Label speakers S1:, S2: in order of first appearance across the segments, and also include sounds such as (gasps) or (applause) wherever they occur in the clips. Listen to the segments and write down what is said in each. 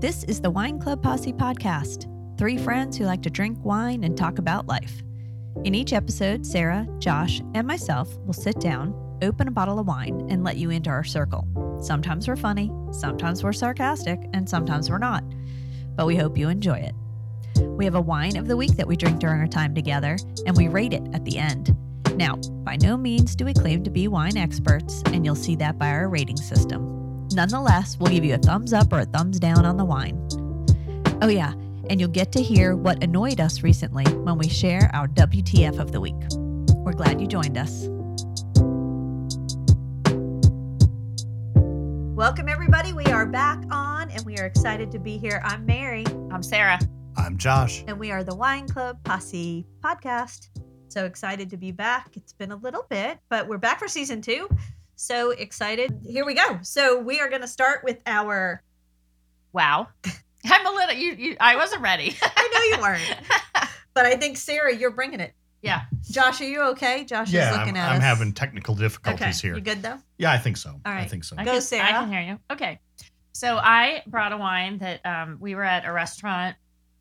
S1: This is the Wine Club Posse podcast, three friends who like to drink wine and talk about life. In each episode, Sarah, Josh, and myself will sit down, open a bottle of wine, and let you into our circle. Sometimes we're funny, sometimes we're sarcastic, and sometimes we're not. But we hope you enjoy it. We have a wine of the week that we drink during our time together, and we rate it at the end. Now, by no means do we claim to be wine experts, and you'll see that by our rating system. Nonetheless, we'll give you a thumbs up or a thumbs down on the wine. Oh, yeah, and you'll get to hear what annoyed us recently when we share our WTF of the week. We're glad you joined us. Welcome, everybody. We are back on, and we are excited to be here. I'm Mary.
S2: I'm Sarah.
S3: I'm Josh.
S1: and we are the Wine Club Posse podcast. So excited to be back. It's been a little bit, but we're back for season two. So excited. Here we go. So we are going to start with our.
S2: Wow. (laughs) I'm a little you, you I wasn't ready. (laughs)
S1: I know you weren't, (laughs) but I think Sarah, you're bringing it.
S2: yeah.
S1: Josh, are you okay? Josh
S3: yeah,
S1: is looking
S3: I'm,
S1: at
S3: I'm
S1: us.
S3: having technical
S1: okay.
S3: difficulties
S1: You
S3: here.
S1: good though?
S3: Yeah, I think so. I
S1: right.
S3: think so.
S2: I
S1: Go,
S2: can,
S1: Sarah.
S2: I can hear you. Okay. So I brought a wine that um, we were at a restaurant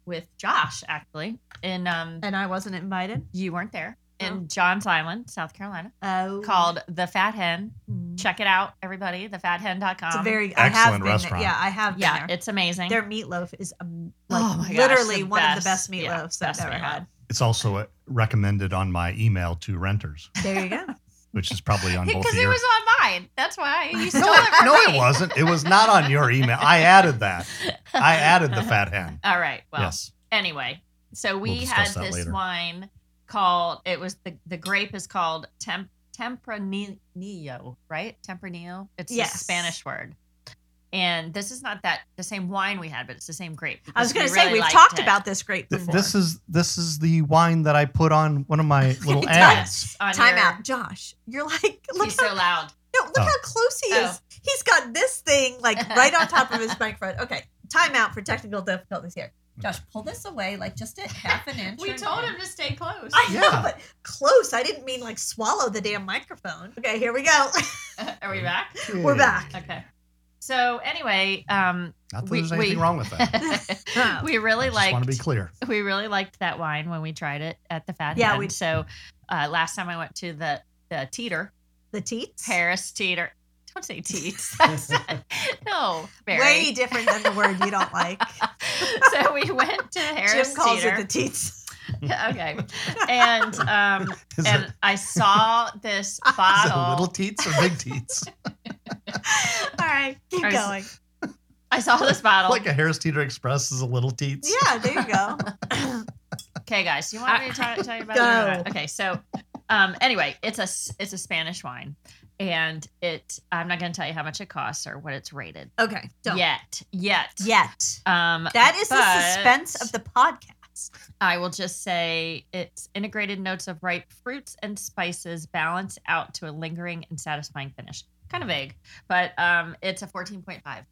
S2: with Josh actually, and um,
S1: And I wasn't invited.
S2: you weren't there in
S1: No.
S2: Johns Island, South Carolina,
S1: Oh,
S2: called the Fat Hen.
S1: Mm.
S2: Check it out, everybody. Thefathen.com.
S1: It's a very I have
S3: Excellent
S1: been there.
S3: restaurant.
S1: Yeah, I have been
S2: yeah,
S1: there.
S2: it's amazing.
S1: Their meatloaf is um, like
S2: Oh my gosh,
S1: literally
S2: the
S1: one of the best
S2: best.
S1: meatloafs
S2: Yeah,
S1: I've
S2: best
S1: ever
S2: meatloaf.
S1: had.
S3: It's also uh, recommended on my email to renters,
S1: There you
S2: (laughs)
S1: go.
S3: which is probably on both
S2: because
S3: of
S2: it
S3: your.
S2: was on mine. That's why you stole
S3: (laughs) no,
S2: it
S3: it,
S2: from
S3: no, it
S2: me.
S3: wasn't. It was not on your email. I added that. I added
S2: (laughs)
S3: the fat hen.
S2: All right. Well,
S3: yes.
S2: anyway, so we
S3: We'll
S2: had
S3: discuss that
S2: this
S3: later.
S2: wine called it was the the grape is called temp, tempranillo, right? Tempranillo. It's
S1: Yes.
S2: a Spanish word. And this is not that the same wine we had, but it's the same grape.
S1: I was going
S2: because
S1: to
S2: we
S1: say
S2: really
S1: we've
S2: liked
S1: talked
S2: it.
S1: about this grape
S3: Th-
S1: before.
S3: this is this is the wine that I put on one
S2: (laughs)
S3: of my little ads.
S2: Yes, on
S1: Time
S2: your-
S1: out,
S2: (laughs)
S1: Josh. You're like, look,
S2: He's
S1: how,
S2: so loud.
S1: no, look
S3: Oh.
S1: how close he is.
S2: Oh.
S1: He's got this thing like
S2: (laughs)
S1: right on top of his microphone. Okay, time out for technical difficulties here. Josh, pull this away like just at (laughs) half an inch.
S2: We
S1: or
S2: told
S1: more.
S2: him to stay close.
S1: I know,
S3: Yeah.
S1: but close. I didn't mean like swallow the damn microphone. Okay, here we go.
S2: (laughs)
S1: (laughs)
S2: Are we back?
S1: We're back.
S2: Okay. So anyway, um, (laughs)
S3: Not that
S2: We-
S3: there's
S2: we-
S3: anything wrong with that.
S2: we (laughs) really
S3: I just want
S2: liked
S3: to be clear.
S2: we really liked that wine when we tried it at the Fat
S1: Yeah,
S2: Hen.
S1: we-
S2: So uh, last time I went to the the Teeter
S1: The teats.
S2: Harris Teeter. Don't say
S1: (laughs)
S2: Teets. (laughs) That's not, no, Barry.
S1: Way different than the word you don't like.
S2: (laughs) so we
S1: (laughs)
S2: went to Harris
S1: Jim calls
S2: Teeter.
S1: it the
S2: (laughs)
S1: teats. (laughs)
S2: okay, and um,
S3: (laughs) Is
S2: and
S3: it,
S2: I saw
S1: (laughs)
S2: this
S3: is it
S2: bottle.
S3: little teats or
S2: (laughs)
S3: big teats?
S1: All right, keep
S2: I s-
S1: going.
S2: I saw this bottle.
S3: like a Harris Teeter Express is a little teats.
S1: Yeah, there you go.
S2: Okay, guys, you want me to tell, tell you about it? or not?
S1: Go.
S2: Okay, so um, anyway, it's a s- it's a Spanish wine, and it I'm not going to tell you how much it costs or what it's rated
S1: Okay, don't.
S2: yet. Yet.
S1: Yet.
S2: Um,
S1: That is the
S2: But-
S1: suspense of the podcast.
S2: I will just say its integrated notes of ripe fruits and spices balance out to a lingering and satisfying finish. Kind of vague, but um, it's a 14.5%.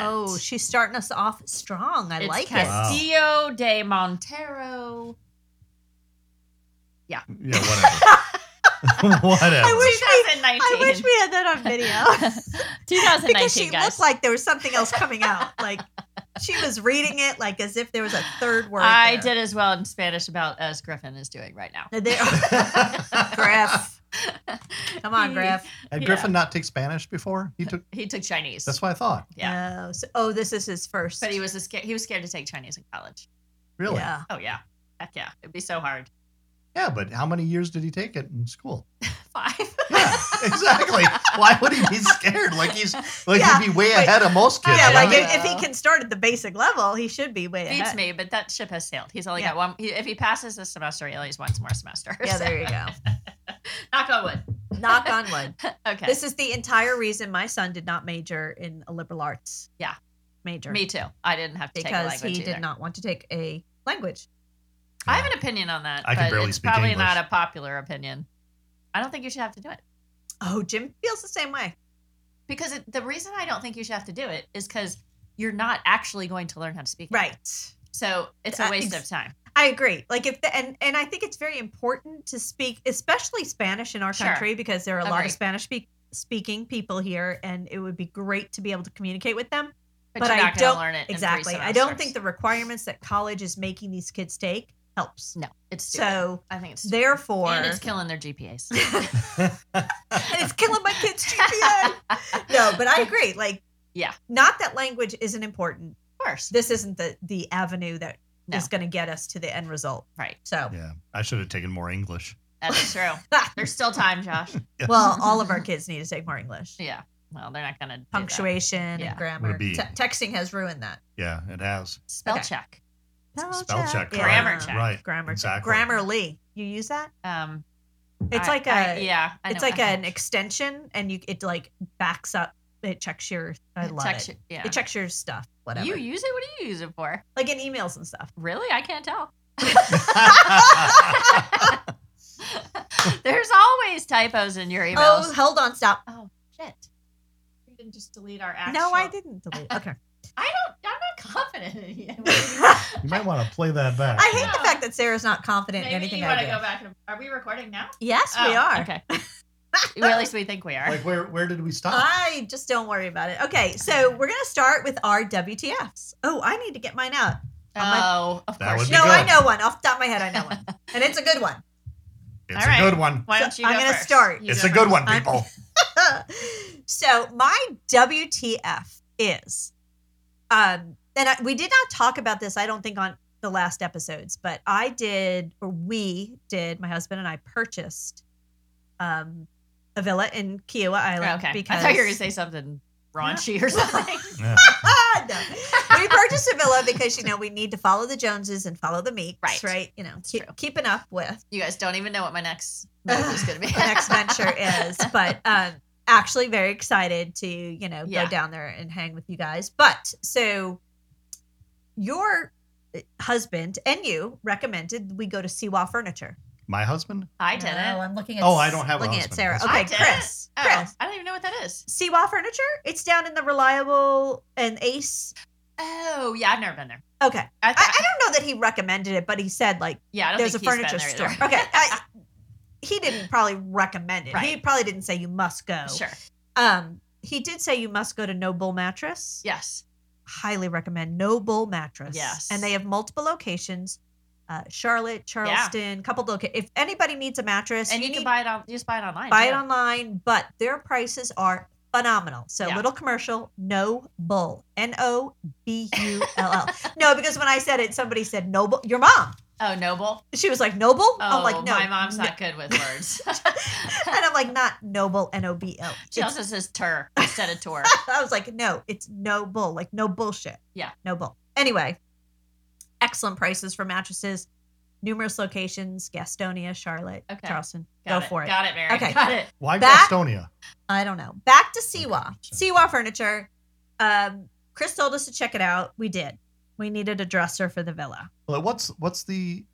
S1: Oh, she's starting us off strong. I
S2: it's
S1: like it.
S3: Wow.
S2: Castillo de Montero.
S3: Yeah, whatever. whatever.
S1: I
S2: (laughs)
S1: wish we,
S2: 2019.
S1: I wish we had that on video
S2: (laughs) 2019,
S1: because she
S2: guys.
S1: looked like there was something else coming out. Like she was reading it like as if there was a third word.
S2: I
S1: there.
S2: did as well in Spanish about as Griffin is doing right now.
S1: Now there- (laughs) Griff, come on, Griff.
S3: Had
S2: Yeah.
S3: Griffin not take Spanish before? He took.
S2: He took Chinese.
S3: That's what I thought.
S2: yeah.
S1: Oh, so, oh, this is his first.
S2: But he was a scared. He was scared to take Chinese in college.
S3: Really? Yeah.
S1: Yeah.
S2: Oh yeah, heck yeah, it'd be so hard.
S3: but how many years did he take it in school?
S2: Five.
S3: Yeah, (laughs)
S2: (laughs)
S3: exactly. Why would he be scared? Like he's like
S1: Yeah,
S3: he'd be way
S1: wait.
S3: ahead of most kids.
S1: Yeah,
S2: I
S1: like
S2: don't
S1: if, if he
S2: know.
S1: can start at the basic level, he should be way
S2: Beats
S1: ahead.
S2: me, but that ship has sailed. He's only
S1: Yeah.
S2: got one. He, if he passes this semester, he only has one more semester.
S1: Yeah,
S2: (laughs) So,
S1: there you go.
S2: Knock on wood.
S1: Knock on wood.
S2: Okay.
S1: This is the entire reason my son did not major in a liberal arts.
S2: Yeah.
S1: Major.
S2: Me too. I didn't have to take a
S1: because
S2: language
S1: he did
S2: either.
S1: not want to take a language.
S2: I have an opinion on that.
S3: I can
S2: but
S3: barely
S2: it's
S3: speak
S2: probably
S3: English.
S2: not a popular opinion. I don't think you should have to do it
S1: Oh, Jim feels the same way.
S2: because it, the reason I don't think you should have to do it is because you're not actually going to learn how to speak. it.
S1: Right.
S2: So it's a
S1: Uh,
S2: waste
S1: ex-
S2: of time.
S1: I agree. Like if the, and and I think it's very important to speak especially Spanish in our
S2: Sure.
S1: country because there are a lot of
S2: Agreed.
S1: Spanish speak, speaking people here and it would be great to be able to communicate with them.
S2: but,
S1: But
S2: you're
S1: I
S2: not going
S1: don't-
S2: to learn it in
S1: exactly.
S2: Three
S1: I don't
S2: semesters.
S1: think the requirements that college is making these kids take helps.
S2: no. It's stupid.
S1: So
S2: I think it's stupid.
S1: therefore,
S2: and it's killing their GPAs.
S1: and (laughs) it's killing my kids'
S2: (laughs)
S1: GPA. no, but I agree. Like,
S2: Yeah.
S1: not that language isn't important.
S2: Of course,
S1: This isn't the the avenue that
S2: No.
S1: going to get us to the end result.
S2: right?
S1: So, ah.
S3: yeah, I should have taken more English.
S2: That's true. (laughs) There's still time, Josh. (laughs)
S1: well, all of our kids need to take more English.
S2: Yeah. Well, they're not going to
S1: Punctuation
S2: Yeah.
S1: and grammar.
S3: Would be-
S1: Te- texting has ruined that.
S3: Yeah, it has.
S2: Spell
S1: Okay.
S2: check.
S3: Spell check,
S1: yeah.
S2: grammar check.
S3: Right.
S1: Grammar
S3: Exactly.
S1: check. Grammarly. You use that?
S2: Um,
S1: It's
S2: I-
S1: like a.
S2: I- yeah. I
S1: it's
S2: know-
S1: like
S2: I-
S1: an extension, and you it like backs up. It checks your. I
S2: it
S1: love
S2: checks
S1: it.
S2: your- yeah.
S1: It checks your stuff. Whatever.
S2: You use it? What do you use it for?
S1: like in emails and stuff.
S2: Really? I can't tell. (laughs) There's always typos in your
S1: Oh,
S2: emails.
S1: hold on, stop.
S2: shit. You didn't just delete our actual.
S1: No, I didn't (laughs) delete. Okay.
S2: I don't. I'm not confident
S1: (laughs)
S2: in you.
S3: (laughs)
S2: (laughs)
S3: you might want to play that back.
S1: I hate
S2: No.
S1: the fact that Sarah's not confident
S2: Maybe
S1: in anything
S2: you
S1: I
S2: want
S1: do.
S2: to go back. And, are we recording now?
S1: Yes, we
S2: Oh,
S1: are.
S2: Okay.
S1: (laughs)
S2: well, at least we think we are.
S3: Like where where did we stop?
S1: I just don't worry about it. Okay, so we're gonna start with our WTFs. Oh, I need to get mine out.
S2: oh, of
S3: That
S2: course.
S3: would be
S1: No,
S3: good.
S1: I know one off the top of my head. I know one, and it's a good one.
S3: it's
S2: all
S3: a
S2: right.
S3: good one.
S2: Why
S1: So
S2: don't you?
S1: I'm
S2: go
S1: gonna
S2: first?
S1: start.
S2: You
S3: It's
S2: go
S3: a good
S2: first.
S3: one,
S1: I'm- (laughs)
S3: people.
S1: so my WTF is, um, and I, we did not talk about this. I don't think on the last episodes, but I did, or we did. My husband and I purchased, um, a villa in Kiowa Island.
S2: Oh, okay.
S1: because
S2: I thought you were gonna say something raunchy or something.
S3: Yeah.
S1: (laughs) Ah, no. we purchased a villa because you know we need to follow the Joneses and follow the Meeks,
S2: Right.
S1: right? You know,
S2: That's
S1: keep,
S2: true.
S1: keeping up with
S2: you guys don't even know what my next move is
S1: (laughs)
S2: gonna be.
S1: the next
S2: (laughs)
S1: venture is, but um, actually very excited to you know
S2: Yeah.
S1: go down there and hang with you guys. But so your uh, husband and you recommended we go to Siwa Furniture.
S3: My husband?
S2: I
S1: Uh,
S2: did it.
S1: No, I'm looking at.
S3: Oh, I don't have a
S1: looking at
S3: husband.
S1: Sarah.
S3: That's
S1: Okay,
S2: I did it.
S1: Chris.
S2: Oh,
S1: Chris.
S2: I don't even know what that is.
S1: Siwa Furniture. It's down in the Reliable and Ace.
S2: Oh, yeah, I've never been there.
S1: Okay.
S2: I,
S1: I, I don't know that he recommended it, but he said like
S2: yeah, I don't
S1: there's a
S2: think he's been
S1: furniture
S2: there
S1: store.
S2: either. (laughs)
S1: Okay, I, he didn't probably recommend it. He
S2: Right.
S1: probably didn't say you must go.
S2: Oh, Sure.
S1: Um, he did say you must go to Noble Mattress.
S2: Yes.
S1: Highly recommend Noble Mattress.
S2: Yes.
S1: And they have multiple locations. Uh, Charlotte, Charleston, couple loca- if anybody needs a mattress,
S2: And you, can
S1: need
S2: buy it on you just buy it online.
S1: buy
S2: too.
S1: it online, but their prices are phenomenal. So
S2: Yeah.
S1: little commercial, no bull. N O B U L L. No, because when I said it, somebody said noble your mom.
S2: Oh, Noble.
S1: She was like noble?
S2: Oh,
S1: I'm like, no.
S2: my mom's
S1: no.
S2: not good with words.
S1: (laughs)
S2: (laughs)
S1: and I'm like, not noble, N O B L.
S2: she also says tur instead
S1: (laughs)
S2: of tour.
S1: I was like, no, it's no bull, like no bullshit.
S2: Yeah.
S1: No bull. Anyway, excellent prices for mattresses, numerous locations Gastonia, Charlotte,
S2: Okay.
S1: Charleston.
S2: Got
S1: Go for it.
S2: Got it, Mary.
S1: Okay.
S2: Got it.
S3: Why
S1: That-
S3: Gastonia?
S1: I don't know. Back to Siwa,
S3: Okay.
S1: Siwa Furniture. Um, Chris told us to check it out. We did. We needed a dresser for the villa.
S3: Well, what's what's the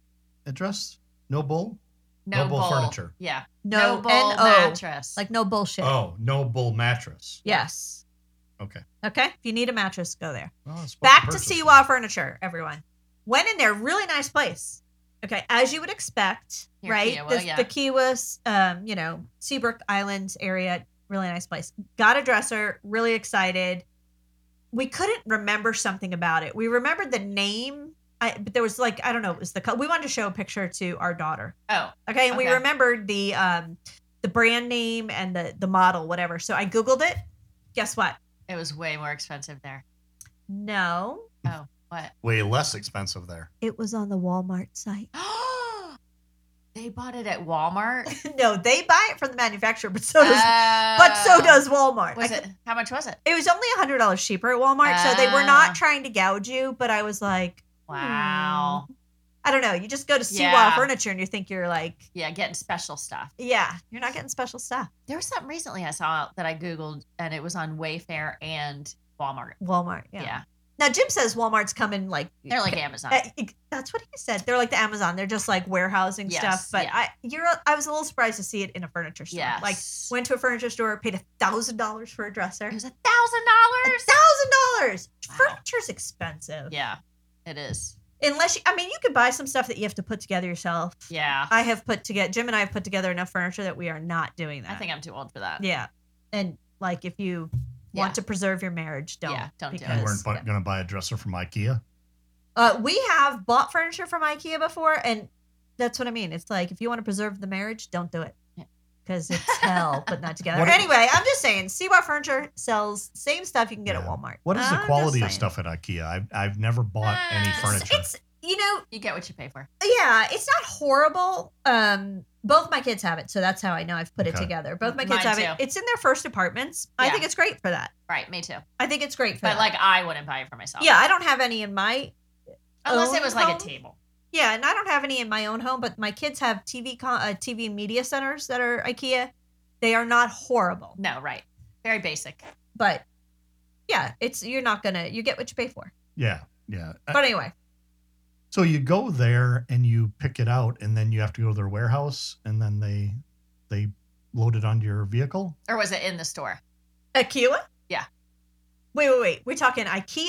S3: address? No bull?
S2: No
S3: Noble
S2: bull.
S3: furniture.
S2: Yeah.
S1: No,
S2: Noble
S1: N O.
S2: mattress.
S1: Like no bullshit.
S3: Oh, no bull mattress.
S1: Yes.
S3: Okay.
S1: Okay. If you need a mattress, go there.
S3: Well, it's supposed
S1: Back to
S3: purchase.
S1: Siwa Furniture, everyone. Went in there, really nice place. Okay, as you would expect,
S2: Near
S1: right?
S2: Kiowa,
S1: the,
S2: yeah.
S1: the Kiowa, um, you know, Seabrook Islands area, really nice place. Got a dresser, really excited. We couldn't remember something about it. We remembered the name, I, but there was like I don't know, it was the color. We wanted to show a picture to our daughter.
S2: oh,
S1: Okay, and we
S2: Okay.
S1: remembered the um, the brand name and the the model, whatever. So I googled it. Guess what?
S2: it was way more expensive there.
S1: No,
S2: What?
S3: Way less expensive there.
S1: it was on the Walmart site.
S2: (gasps) they bought it at Walmart.
S1: no, they buy it from the manufacturer, but so does (laughs) but so
S2: Oh.
S1: does Walmart.
S2: Was
S1: I-
S2: it? How much was it?
S1: It was only hundred dollars cheaper at Walmart, so they were
S2: Ah.
S1: not trying to gouge you. But I was like,
S2: Wow.
S1: I don't know. You just go to Seawall
S2: Yeah.
S1: Furniture and you think you're like,
S2: Yeah, getting special stuff.
S1: yeah, you're not getting special stuff.
S2: There was something recently I saw that I Googled and it was on Wayfair and Walmart.
S1: Walmart, yeah.
S2: Yeah.
S1: Now Jim says Walmart's coming like
S2: They're like Amazon.
S1: Uh, ex- that's what he said. They're like the Amazon. They're just like warehousing
S2: Yes,
S1: stuff. But
S2: yeah.
S1: I, you're, I was a little surprised to see it in a furniture store.
S2: yes.
S1: Like went to a furniture store, paid a thousand dollars for a dresser.
S2: it was a
S1: A
S2: $1,000.
S1: thousand dollars.
S2: Wow.
S1: Furniture's expensive.
S2: Yeah, it is.
S1: Unless you, I mean, you could buy some stuff that you have to put together yourself.
S2: Yeah.
S1: I have put together Jim and I have put together enough furniture that we are not doing that.
S2: I think I'm too old for that.
S1: yeah, and like if you
S2: Yeah.
S1: Want to preserve your marriage? Don't.
S2: Yeah, don't do it.
S1: because-
S3: You weren't
S2: Yes, yeah.
S3: going to buy a dresser from IKEA.
S1: Uh, we have bought furniture from IKEA before, and that's what I mean. It's like if you want to preserve the marriage, don't do it
S2: Yeah.
S1: because it's hell, but
S2: (laughs)
S1: not together.
S3: What-
S1: anyway, I'm just saying, Seabar Furniture sells same stuff you can get at
S3: Yeah.
S1: Walmart.
S3: What is
S1: I'm
S3: the
S1: just
S3: quality of
S1: saying.
S3: stuff at IKEA? I've, I've never bought any
S2: Uh,
S3: furniture.
S1: It's you know,
S2: You get what you pay for.
S1: yeah, it's not horrible. Um, both my kids have it, so that's how I know I've put it
S3: Okay.
S1: together. Both my kids
S2: Mine
S1: have it.
S2: too.
S1: It's in their first apartments. I
S2: Yeah.
S1: think it's great for that.
S2: Right, me too.
S1: I think it's great for
S2: But
S1: that.
S2: like I wouldn't buy it for myself.
S1: yeah, Oh. I don't have any in my
S2: Unless it was like
S1: Home?
S2: a table.
S1: Yeah, and I don't have any in my own home, but my kids have TV con- uh, TV media centers that are IKEA. They are not horrible,
S2: No, right. Very basic.
S1: but yeah, it's you're not gonna you get what you pay for.
S3: yeah, yeah. Uh,
S1: But anyway,
S3: So you go there and you pick it out, and then you have to go to their warehouse, and then they they load it onto your vehicle.
S2: Or was it in the store?
S1: IKEA.
S2: Yeah.
S1: Wait, wait, wait. We're talking IKEA.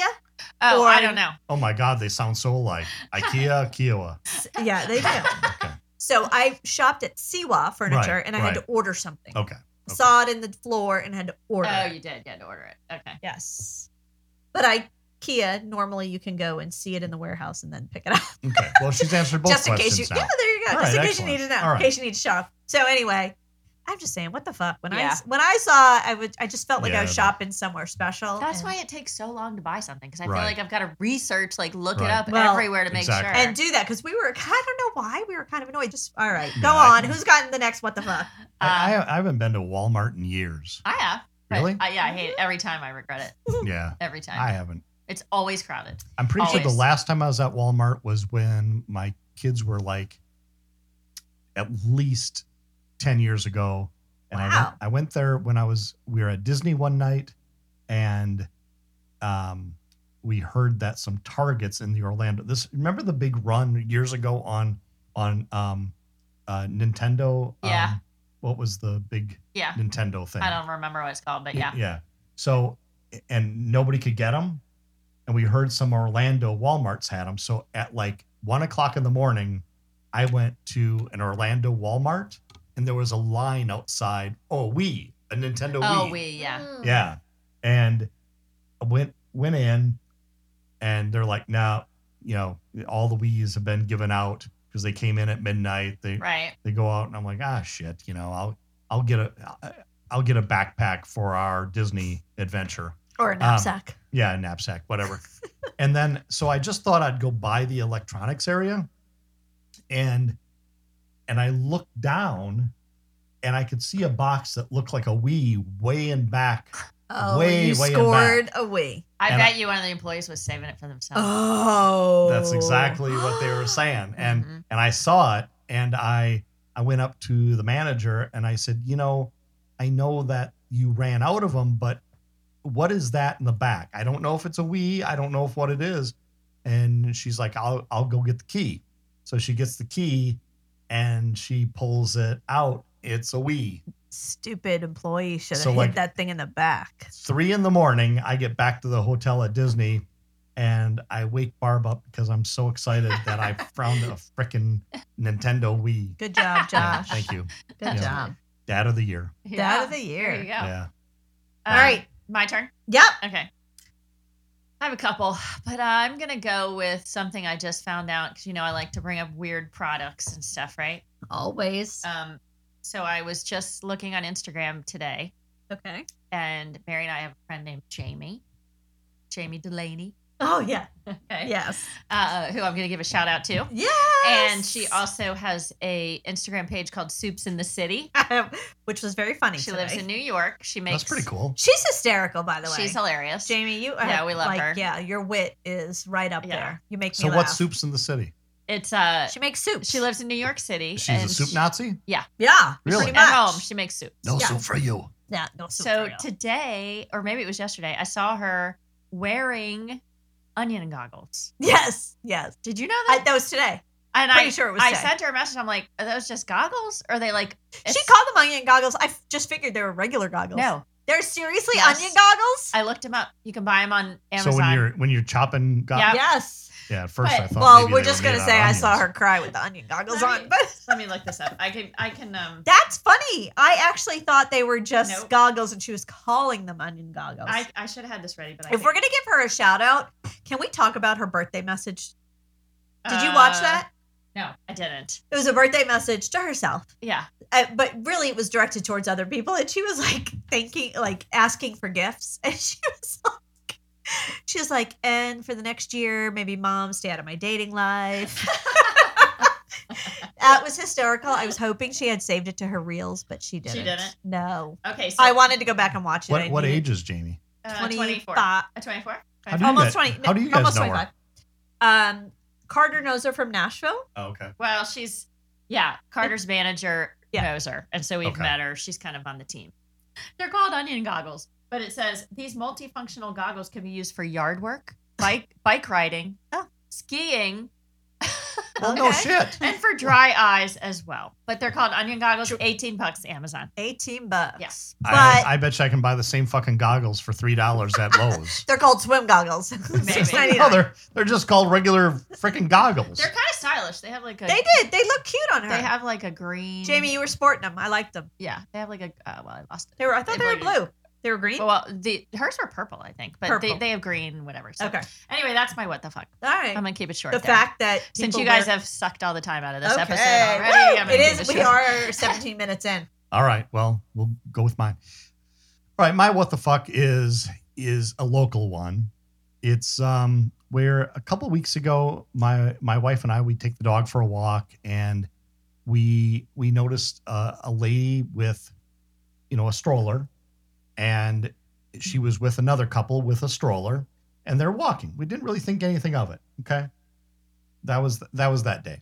S2: Oh,
S1: Or-
S2: I don't know.
S3: Oh my God, they sound so
S1: (laughs)
S3: alike. IKEA, Kiowa.
S1: Yeah, they do.
S3: Okay,
S1: so I shopped at Siwa Furniture,
S3: Right, Oh,
S1: and I had to order something.
S3: okay.
S1: Saw it in the floor and had to order.
S2: Oh,
S1: it.
S2: you did. You had to order it. Okay.
S1: Yes. But IKEA normally you can go and see it in the warehouse and then pick it up.
S3: Okay. Well, she's answered both
S1: just in
S3: questions
S1: case you
S3: now.
S1: yeah there you go
S3: All
S1: just in
S3: right,
S1: case
S3: excellent.
S1: you need to know
S3: All
S1: in
S3: right.
S1: case you need to shop so anyway i'm just saying what the fuck when
S2: Yeah.
S1: i when i saw i would i just felt like i was
S3: Yeah.
S1: shopping somewhere special
S2: That's
S1: and,
S2: why it takes so long to buy something because I
S3: Right.
S2: feel like I've got to research, like look
S3: Right.
S2: it up
S1: Well,
S2: everywhere to make
S3: Exactly.
S2: sure.
S1: and do that because we were i don't know why we were kind of annoyed just all right
S3: Yeah,
S1: go
S3: I-
S1: on who's gotten the next what the fuck
S3: I,
S2: Um,
S3: I, I haven't been to Walmart in years.
S2: Uh, I have. but
S3: Really?
S2: I, yeah, I hate it. Every time I regret it.
S3: yeah,
S2: Every time.
S3: I haven't.
S2: It's always crowded.
S3: I'm pretty sure
S2: Always.
S3: the last time I was at Walmart was when my kids were like at least 10 years ago. And I,
S1: Wow.
S3: went, I went there when I was, we were at Disney one night and um, we heard that some targets in the Orlando, this, remember the big run years ago on, on um, uh, Nintendo?
S2: Yeah.
S3: Um, what was the big
S2: Yeah.
S3: Nintendo thing?
S2: I don't remember what it's called, but
S3: Y-
S2: yeah.
S3: Yeah. So, and nobody could get them. And we heard some Orlando Walmarts had them. So at like one o'clock in the morning, I went to an Orlando Walmart and there was a line outside. Oh, we, a Nintendo
S2: Oh,
S3: Wii.
S2: we, yeah.
S1: Mm.
S3: Yeah. And I went, went in and they're like, now, you know, all the Wii's have been given out because they came in at midnight.
S1: Mm.
S3: They,
S2: Right.
S3: they go out and I'm like, ah, shit, you know, I'll I'll get a I'll get a backpack for our Disney adventure.
S1: or a knapsack
S3: Yeah, a knapsack, whatever. and then so I just thought I'd go by the electronics area, and and I looked down, and I could see a box that looked like a Wii way in back.
S1: oh
S3: Um, way,
S1: you
S3: way in
S1: scored a wee
S2: I
S3: And
S2: bet you one of the employees was saving it for themselves.
S1: oh
S3: That's exactly what they were saying. Oh. And
S1: Mm-hmm.
S2: Mhm.
S3: and I saw it and I I went up to the manager and I said, "You know, I know that you ran out of them, but what is that in the back? I don't know if it's a Wii, I don't know if what it is." And she's like, "I'll I'll go get the key." So she gets the key and she pulls it out. It's a Wii.
S1: stupid employee should have
S3: So,
S1: hit
S3: like-
S1: that thing in the back
S3: Three in the morning, I get back to the hotel at Disney and I wake Barb up because I'm so excited that I found a freaking Nintendo Wii.
S1: good job
S3: Yeah,
S1: josh
S3: thank you.
S1: good
S3: Yeah.
S1: job
S3: Dad of the year.
S2: Yeah.
S1: dad of the
S2: There you go.
S1: year
S2: Um,
S3: Yeah.
S1: All right.
S2: My turn.
S1: yep
S2: Okay. I have a couple, but uh, I'm going to go with something I just found out because, you know, I like to bring up weird products and stuff, right?
S1: always
S2: Um, so I was just looking on Instagram today,
S1: okay
S2: and Mary and I have a friend named Jamie, Jamie Delaney,
S1: oh yeah
S2: okay.
S1: yes
S2: uh, who I'm going to give a shout out to.
S1: Yes.
S2: And
S1: (laughs)
S2: she also has a Instagram page called Soups in the City.
S1: which was very funny.
S2: She lives in New York. She makes
S3: That's pretty cool.
S1: She's hysterical, by the way.
S2: She's hilarious.
S1: Jamie, you are
S2: Yeah, we love
S1: like,
S2: her.
S1: Yeah, your wit is right up
S2: Yeah.
S1: there. You make
S3: So
S1: me
S3: what
S1: laugh.
S3: soups in the city?
S2: It's uh,
S1: She makes soup.
S2: she lives in New York City.
S3: She's a
S2: and
S3: soup
S2: she-
S3: Nazi?
S1: Yeah,
S3: Really?
S1: pretty much.
S2: At home, she makes soup.
S3: No
S1: Yeah.
S3: soup for you.
S1: yeah, no soup.
S2: So
S1: for real.
S2: today, or maybe it was yesterday, I saw her wearing onion goggles.
S1: yes, yes.
S2: Did you know
S1: I,
S2: that?
S1: that was today.
S2: and
S1: Pretty
S2: I,
S1: sure it was
S2: I
S1: today.
S2: sent her a message. I'm like, are those just goggles? Or are they like?
S1: she
S2: it's-
S1: called them onion goggles. I f- just figured they were regular goggles.
S2: No,
S1: they're seriously
S2: Yes.
S1: onion goggles.
S2: I looked them up. You can buy them on Amazon.
S3: So when you're when you're chopping got
S2: Yeah.
S1: yes.
S3: Yeah, at first I
S2: But-
S3: thought.
S1: well,
S3: maybe
S1: we're
S3: they
S1: just
S3: were made
S1: gonna
S3: out of
S1: say I saw
S3: onions.
S1: her cry with the onion goggles
S2: Let
S1: on,
S2: me-
S1: but (laughs)
S2: Let me look this up. I can I can um
S1: that's funny. I actually thought they were just
S2: Nope.
S1: goggles, and she was calling them onion goggles.
S2: I, I should have had this ready, but I
S1: if we're gonna give her a shout out, can we talk about her birthday message? Did you watch that?
S2: Uh, No, I didn't.
S1: It was a birthday message to herself.
S2: Yeah.
S1: uh, but really it was directed towards other people and she was like thanking like asking for gifts (laughs) and she was like she was like and for the next year maybe mom stay out of my dating
S2: (laughs)
S1: life that was hysterical i was hoping she had saved it to her reels but she didn't
S2: didn't?
S1: no
S2: Okay. So
S1: i wanted to go back and watch it I
S3: What what
S1: needed-
S3: age is Jamie?
S2: Uh, 24.
S1: 25
S2: Uh, 24?
S3: How do you
S1: almost
S3: guys-
S1: 20
S3: how do you guys
S1: almost
S3: know her?
S1: 25 um carter knows her from nashville
S3: Oh, okay.
S2: Well, she's yeah. Carter's manager
S1: Yeah.
S2: knows her, and so we've
S3: Okay.
S2: met her. She's kind of on the team. They're called onion goggles, but it says these multifunctional goggles can be used for yard work,
S1: (laughs)
S2: bike bike riding,
S1: Oh.
S2: skiing,
S3: Well, Oh, no
S1: Okay.
S3: shit.
S2: and
S1: (laughs)
S2: for dry eyes as well. But they're called onion goggles. Eighteen bucks Amazon.
S1: 18 bucks
S2: Yes.
S1: but
S3: I, I bet you I can buy the same fucking goggles for three dollars at
S1: (laughs)
S3: Lowe's.
S1: they're called swim goggles (laughs)
S2: Maybe.
S3: no,
S1: 6.99.
S3: Oh, they're they're just called regular freaking goggles.
S2: They're kind of stylish. They have like a
S1: They did. They look cute on her.
S2: they have like a green.
S1: Jamie, you were sporting them. I liked them.
S2: yeah, they have like a uh, well, I lost it.
S1: They were. I thought
S2: They
S1: they, were
S2: blended.
S1: blue. They were green.
S2: Oh, Well, the hers were purple, I think, but they,
S1: Purple.
S2: they have green, whatever. So
S1: okay.
S2: anyway, that's my what the fuck.
S1: All right.
S2: I'm gonna keep it short.
S1: the
S2: there.
S1: fact that
S2: since
S1: people
S2: you guys
S1: wear-
S2: have sucked all the time out of this
S1: Okay.
S2: episode already,
S1: Woo!
S2: I'm gonna
S1: it
S2: keep
S1: is.
S2: it
S1: We
S2: short. (laughs)
S1: are 17 minutes in.
S3: All right. Well, we'll go with mine. All right, my what the fuck is is a local one. It's um where a couple weeks ago my my wife and I we take the dog for a walk and we we noticed uh, a lady with you know a stroller and she was with another couple with a stroller and they're walking. We didn't really think anything of it, okay? That was that was that day.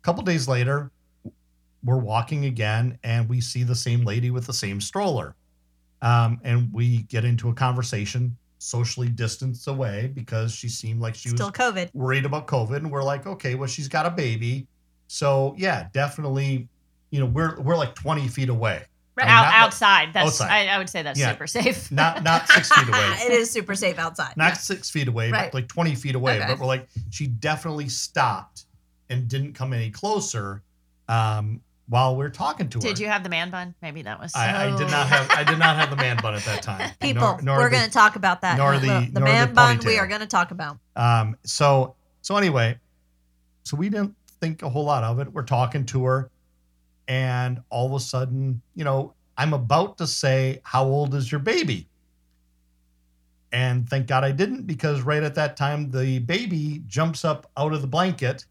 S3: A couple days later, we're walking again and we see the same lady with the same stroller. Um, and we get into a conversation socially distanced away because she seemed like she
S1: Still
S3: was
S1: COVID.
S3: worried about COVID. And we're like, okay, well, she's got a baby. So yeah, definitely, you know, we're we're like 20 feet away.
S2: Right
S3: I'm
S2: out,
S3: not-
S2: outside. That's
S3: outside.
S2: I, I would say that's
S3: Yeah.
S2: super safe.
S3: Not not six
S1: (laughs)
S3: feet away.
S1: it is super safe outside.
S3: not six feet away,
S1: Right.
S3: but like 20 feet away.
S1: Okay.
S3: But we're like, she definitely stopped and didn't come any closer um, while we're talking to
S2: (laughs)
S3: her.
S2: Did you have the man bun? Maybe that was.
S3: I, I did not have I did not have the man bun at that time.
S1: People,
S3: Nor- nor
S1: we're
S3: the-
S1: going to talk about that.
S3: nor
S1: in a
S3: the-
S1: little- the
S3: nor the
S1: man bun we
S3: ponytail.
S1: are going to talk about.
S3: Um, so so anyway, so we didn't think a whole lot of it. We're talking to her, and all of a sudden, you know, I'm about to say, "How old is your baby?" And thank God I didn't, because right at that time, the baby jumps up out of the blanket.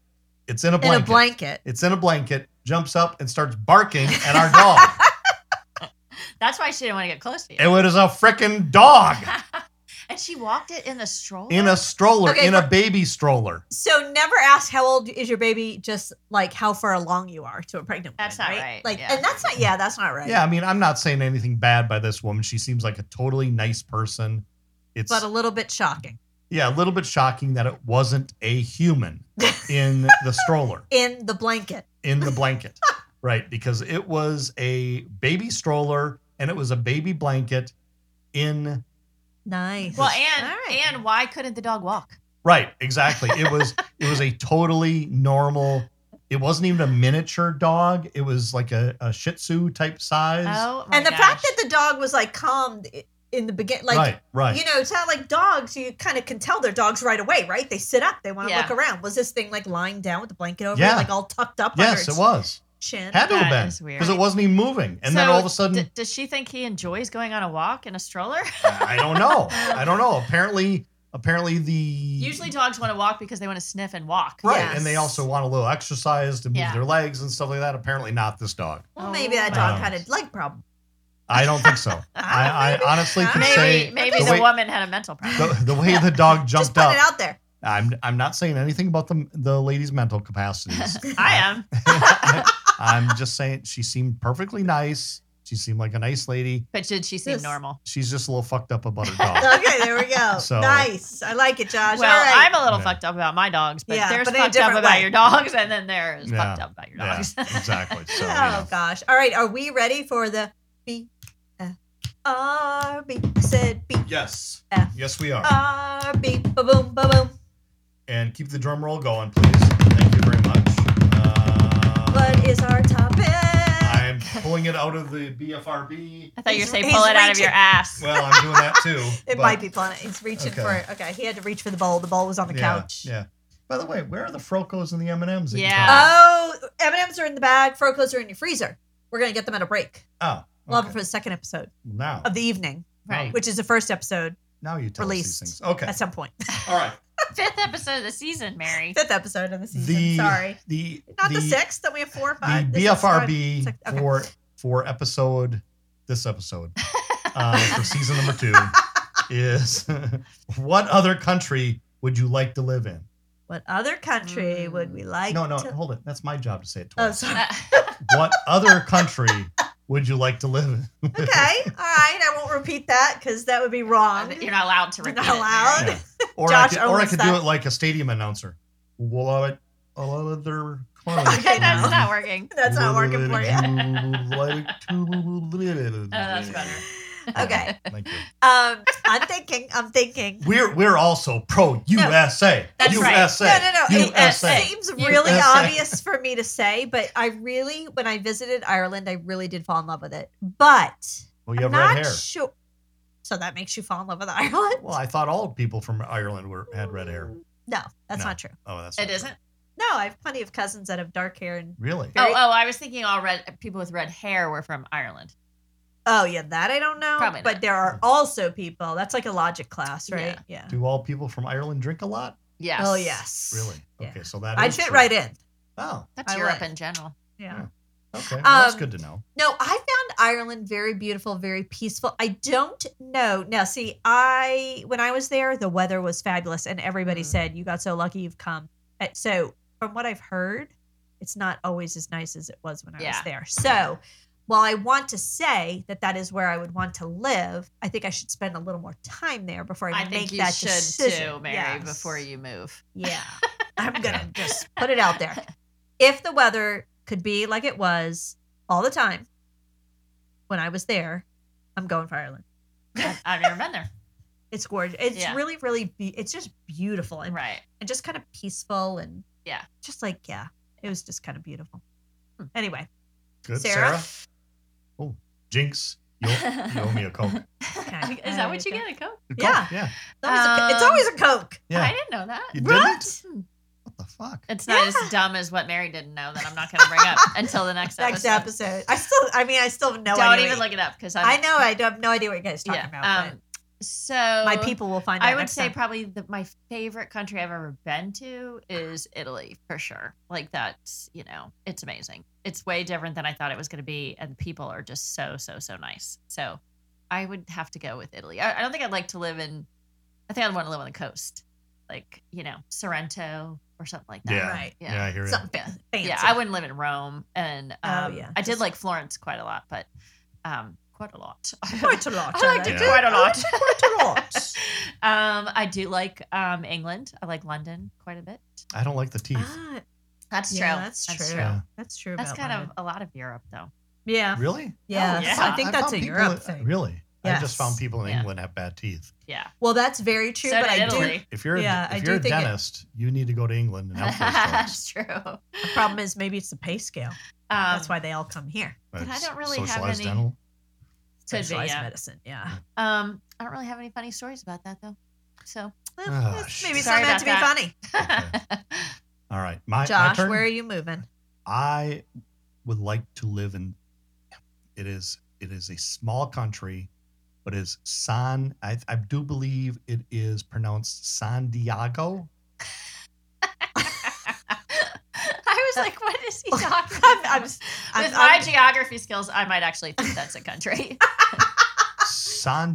S3: It's in a
S1: In
S3: blanket.
S1: a blanket.
S3: It's in a blanket. Jumps up and starts barking at our dog.
S2: (laughs)
S3: (laughs)
S2: That's why she didn't want to get close to
S3: it
S2: you.
S3: was a freaking dog
S2: (laughs) and she walked it in the stroller.
S3: in a stroller,
S1: Okay,
S3: in a baby stroller.
S1: So never ask how old is your baby, just like how far along you are to a pregnant
S2: That's
S1: woman.
S2: not right,
S1: Like,
S2: yeah.
S1: and that's not, yeah, that's not right.
S3: Yeah, I mean, I'm not saying anything bad by this woman. She seems like a totally nice person. It's
S1: But a little bit shocking.
S3: yeah, a little bit shocking that it wasn't
S1: (laughs)
S3: a human in the stroller,
S1: In the blanket.
S3: in the blanket. Right, because it was a baby stroller and it was a baby blanket in
S1: Nice.
S2: well, and
S1: All right.
S2: and why couldn't the dog walk?
S3: Right, exactly. It
S1: (laughs)
S3: was it was a totally normal it wasn't even a miniature dog. It was like a, a shih tzu type size.
S2: Oh, my
S1: and the
S2: gosh.
S1: fact that the dog was like calmed i- in the beginning, like
S3: right, right.
S1: you know, it's not like dogs. You kind of can tell they're dogs right away, right? They sit up, they want to
S2: Yeah.
S1: look around. Was this thing like lying down with the blanket over,
S3: Yeah.
S1: it, like all tucked up under
S3: yes,
S1: its
S3: it was.
S1: chin?
S3: Had to
S2: That
S3: have
S2: is
S3: been
S2: weird.
S3: because it wasn't even moving. And then
S2: So
S3: all of a sudden,
S2: d- does she think he enjoys going on a walk in a stroller?
S3: I I
S2: (laughs)
S3: don't know. I don't know. Apparently, apparently the
S2: Usually, dogs want to walk because they want to sniff and walk.
S3: right,
S1: Yes.
S3: and they also want a little exercise to move
S2: Yeah.
S3: their legs and stuff like that. Apparently, not this dog.
S2: Oh.
S1: well, maybe that dog had a leg problem.
S3: I don't
S2: (laughs)
S3: think so. I, I
S1: Maybe.
S3: honestly could
S2: Maybe
S3: say
S2: maybe
S3: the
S2: the
S3: way-
S2: woman had a mental problem.
S3: the, the way the
S2: (laughs)
S3: dog
S1: Just
S3: jumped
S1: put
S3: up.
S1: it out there.
S3: I'm I'm not saying anything about the the lady's mental capacities.
S2: (laughs) I am.
S3: (laughs) I'm just saying she seemed perfectly nice. She seemed like a nice lady.
S2: But did she seem
S1: This-
S2: normal?
S3: She's just a little fucked up about her
S2: (laughs)
S3: dog.
S1: Okay, there we go.
S3: (laughs) So-
S1: nice. I like it, Josh.
S2: well,
S1: All right.
S2: I'm a little
S3: Yeah.
S2: fucked up about my dogs, but
S1: Yeah,
S2: there's
S1: but in a
S2: fucked up
S1: different
S2: about
S1: way.
S2: your dogs, and then there's
S3: Yeah.
S2: fucked up about your
S3: Yeah,
S2: dogs. (laughs)
S3: exactly. So, you
S1: oh
S3: know.
S1: gosh. All right. Are we ready for the B F R B? I said B
S3: yes,
S1: F
S3: yes, we are.
S1: R B. Ba boom. Ba boom.
S3: And keep the drum roll going, please. Thank you very much. Uh,
S1: What is our topic?
S3: I'm pulling it out of the BFRB.
S2: I thought you were
S1: He's-
S2: saying
S1: he's
S2: pull it out of your
S1: reaching.
S2: ass.
S3: Well, I'm doing that too.
S1: (laughs) it
S3: but-
S1: might be planet. He's reaching
S3: Okay.
S1: for it. Okay, he had to reach for the bowl. The bowl was on the
S3: yeah,
S1: couch.
S3: Yeah. By the way, where are the Frocos and the M and M's?
S2: Yeah.
S1: Oh, M&Ms are in the bag. Frocos are in your freezer. We're gonna get them at a break.
S3: Oh.
S1: We'll have
S3: okay.
S1: it for the second episode
S3: now.
S1: of the evening, (laughs)
S2: Right.
S1: which is the first episode
S3: Now you tell
S1: released.
S3: us these things. Okay.
S1: at some point. (laughs)
S3: All right.
S2: Fifth episode of the season, (laughs) Mary.
S1: Fifth episode of the season.
S3: The
S1: Sorry,
S3: the
S1: not the, sixth. That we have four, or
S3: the
S1: five. Uh, This is
S3: BFRB
S1: five- six- okay.
S3: for for episode this episode
S1: (laughs)
S3: uh, for season number two is (laughs) what other country would you like to live in?
S1: What other country
S2: Mm.
S1: would we like?
S3: No, no,
S1: To-
S3: hold it. That's my job to say it
S1: oh,
S3: twice.
S1: sorry. (laughs)
S3: (laughs) what other country would you like to live in?
S1: (laughs) okay, all right. I won't repeat that because that would be wrong.
S2: (laughs) You're not allowed to
S1: You're
S2: repeat
S1: not (laughs)
S2: it, Mary.
S1: allowed.
S3: Yeah. (laughs) Or
S1: Josh
S3: I could, or I
S1: owns
S3: could
S1: that.
S3: do it like a stadium announcer. What other
S1: (laughs)
S3: country?
S2: Okay, (laughs) that's
S1: No.
S2: not
S3: (laughs)
S2: working. Oh,
S1: That's not working for you. Oh,
S3: you. Like to live in?
S2: that's better.
S1: Okay.
S3: Yeah, Thank you.
S1: Um, I'm thinking. I'm
S3: (laughs)
S1: thinking.
S3: We're we're also pro USA.
S2: That's right.
S3: USA.
S1: No, no, uh, no. It, it
S3: USA.
S1: seems really
S3: USA.
S1: obvious for me to say, but I really, when I visited Ireland, I really did fall in love with it. But
S3: Well, Oh, you have
S1: I'm not
S3: red hair.
S1: sure. So that makes you fall in love with Ireland?
S3: Well, I thought all people from Ireland were had red hair.
S1: No, that's
S3: No.
S1: not true.
S3: Oh, that's
S2: It
S3: not
S2: isn't.
S1: No, I have plenty of cousins that have dark hair and.
S3: true. really.
S2: Oh,
S1: Very-
S2: oh, I was thinking all red people with red hair were from Ireland.
S1: Oh yeah, that I don't know.
S2: Probably
S1: But
S2: not.
S1: there are also people. That's like a logic class, right? Yeah.
S3: Do all people from Ireland drink a lot?
S2: Yes.
S1: Oh yes.
S3: Really?
S1: Yeah.
S3: Okay, so that
S1: I'd
S3: is
S1: fit
S3: true.
S1: right in.
S3: Oh,
S2: That's
S1: I
S2: Europe
S1: would.
S2: in general.
S1: Yeah.
S3: Yeah. okay. Well, that's
S1: Um,
S3: good to know.
S1: No, I found Ireland very beautiful, very peaceful. I don't know. Now, see, I when I was there, the weather was fabulous, and everybody
S2: Mhm.
S1: said, "You got so lucky, you've come." Uh, So, from what I've heard, it's not always as nice as it was when I
S2: Yeah.
S1: was there. So, while I want to say that that is where I would want to live, I think I should spend a little more time there before I,
S2: I
S1: make
S2: think you
S1: that
S2: should
S1: decision.
S2: too, Mary,
S1: Yes.
S2: before you move.
S1: (laughs)
S2: (laughs)
S1: Yeah. I'm going to just put it out there. If the weather could be like it was all the time when I was there, I'm going for Ireland.
S2: I've, I've never been there.
S1: It's gorgeous. It's
S2: Yeah.
S1: really, really, be- it's just beautiful and,
S2: Right.
S1: and just kind of peaceful and
S2: Yeah. Hmm.
S1: just like, yeah, it was just kind of beautiful. Anyway,
S3: Good,
S1: Sarah?
S3: Sarah. Oh, Jinx, you owe, you
S2: (laughs)
S3: owe me
S1: (laughs)
S3: a coke. A
S1: Okay.
S2: Is that what you get? A coke?
S3: Coke,
S1: Yeah.
S3: yeah,
S1: it's always, a, it's
S2: Um,
S1: always a Coke.
S3: yeah.
S2: I didn't know that.
S3: You
S1: Right?
S3: didn't? What the fuck?
S1: Uh,
S2: It's not
S1: Yeah.
S2: as dumb as what Mary didn't know that I'm not going to bring
S1: (laughs)
S2: up until the next,
S1: Next
S2: episode.
S1: episode. I still, I mean, I still have no
S2: Don't
S1: idea.
S2: even
S1: what
S2: look it up because
S1: you- I know, I don't have no idea what you guys are talking about.
S2: Um, so
S1: but my people will find out.
S2: I would
S1: next
S2: say
S1: time.
S2: probably the, my favorite country I've ever been to is Italy for sure. Like that's you know it's amazing. It's way different than I thought it was going to be, and people are just so so so nice. So I would have to go with Italy. I, I don't think I'd like to live in. I think I'd want to live on the coast, like you know Sorrento or something like that.
S3: Yeah.
S1: right.
S2: Yeah.
S3: I hear you.
S1: something
S2: Yeah.
S1: fancy.
S2: Yeah, I wouldn't live in Rome, and
S1: Oh,
S2: um,
S1: yeah,
S2: I did
S1: just-
S2: like Florence quite a lot, but um, quite a lot. (laughs)
S1: Quite a lot.
S2: I liked
S1: like
S2: it
S3: Yeah.
S2: quite a lot.
S1: Quite a
S2: (laughs)
S1: lot.
S2: um, I do like um, England. I like London quite a bit.
S3: I don't like the teeth.
S1: Ah,
S2: That's
S1: yeah,
S2: true.
S1: That's true.
S3: true.
S1: That's true.
S2: That's
S1: about
S2: kind
S1: London.
S2: of a lot of Europe, though.
S1: yeah.
S3: Really?
S1: Yeah.
S2: Oh, yeah.
S1: I think that's
S3: found
S1: a
S3: people
S1: Europe
S3: in-
S1: thing.
S3: Really? I
S1: Yes.
S3: just found people in
S2: Yeah.
S3: England have bad teeth.
S2: Yeah.
S1: Well, that's very true.
S2: So
S1: but I
S2: did
S1: do.
S3: (laughs)
S2: Italy.
S3: If you're
S1: Yeah,
S3: a,
S1: I
S3: if
S1: do
S3: you're a
S1: think it-
S3: dentist, you need to go to England and help
S1: (laughs)
S3: those
S2: (laughs)
S3: folks.
S2: that's true. Um,
S1: The problem is maybe it's the pay scale. that's why they all come here.
S2: But I
S3: That's
S2: don't really have
S3: socialized
S2: any-
S3: dental.
S2: could be,
S1: Socialized
S2: yeah.
S1: medicine. Yeah.
S2: Um, I don't really have any funny stories about that, though. So
S1: Well,
S3: Ah,
S1: that's-
S3: shit.
S1: maybe it's
S2: Sorry
S1: not meant to be
S2: about that.
S1: funny.
S2: (laughs)
S3: All right, my, my
S1: Josh,
S3: turn.
S1: where are you moving?
S3: I would like to live in. It is it is a small country, but is San. I, I do believe it is pronounced San Diego.
S2: I was like, what
S1: (laughs)
S2: is he talking about?
S1: I'm- I'm-
S2: With
S1: I'm-
S2: my
S1: I'm-
S2: geography skills, I might actually think that's a country.
S3: San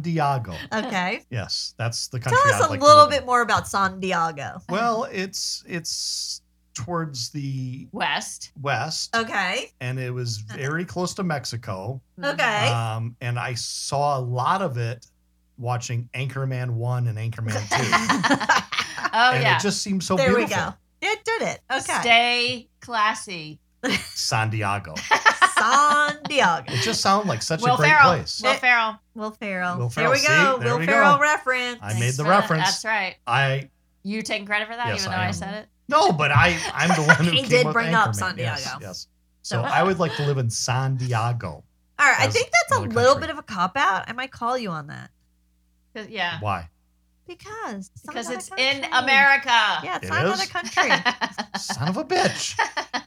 S1: (laughs)
S3: Diego.
S2: (laughs)
S1: Okay.
S3: Yes, that's the
S1: Tell
S3: country.
S1: us
S3: I'd
S1: a
S3: like to
S1: little
S3: live in.
S1: bit more about San Diego.
S3: Well, it's it's towards the
S2: West.
S3: west,
S1: Oh. Okay.
S3: and it was very close to Mexico.
S2: Mm-hmm.
S1: Okay.
S2: Ah,
S3: Um, and I saw a lot of it watching Anchorman One and
S1: (laughs)
S3: Anchorman
S2: oh
S3: Two, and
S2: yeah.
S3: it just seemed so
S1: Oh, there
S3: beautiful.
S1: we go. It did it. Okay.
S2: Stay classy.
S3: San Diego.
S1: San Diego.
S3: It just sounded like such
S2: Will
S3: a great
S2: Ferrell.
S3: place.
S2: Will Ferrell.
S1: Will Ferrell.
S3: Will
S1: there
S3: Ferrell,
S1: we
S3: see?
S1: go.
S3: There
S1: Will
S3: we
S1: Ferrell
S3: go.
S1: reference.
S3: I made
S2: Thanks
S3: the
S2: for that.
S3: reference.
S2: That's right.
S3: I
S2: You taking credit for that,
S3: Yes,
S2: even
S3: I
S2: though I,
S3: am.
S2: said it?
S3: No, but I I'm the one
S1: (laughs)
S3: who
S1: He
S3: came
S1: did
S3: with
S1: bring up
S3: Anchorman.
S1: San
S3: Yes,
S1: Diego.
S3: yes. So I would like to live in
S1: (laughs)
S3: San Diego.
S1: All right, I
S3: That's
S1: think that's a
S3: another
S1: little
S3: country.
S1: bit of a cop out. I might call you on that
S2: 'Cause- Yeah,
S3: Why?
S1: because it's
S2: because
S1: another
S2: it's in
S1: country.
S2: America. (laughs)
S1: Yeah, it's
S3: It
S1: not another
S3: is? (laughs)
S1: country.
S3: Son of a bitch.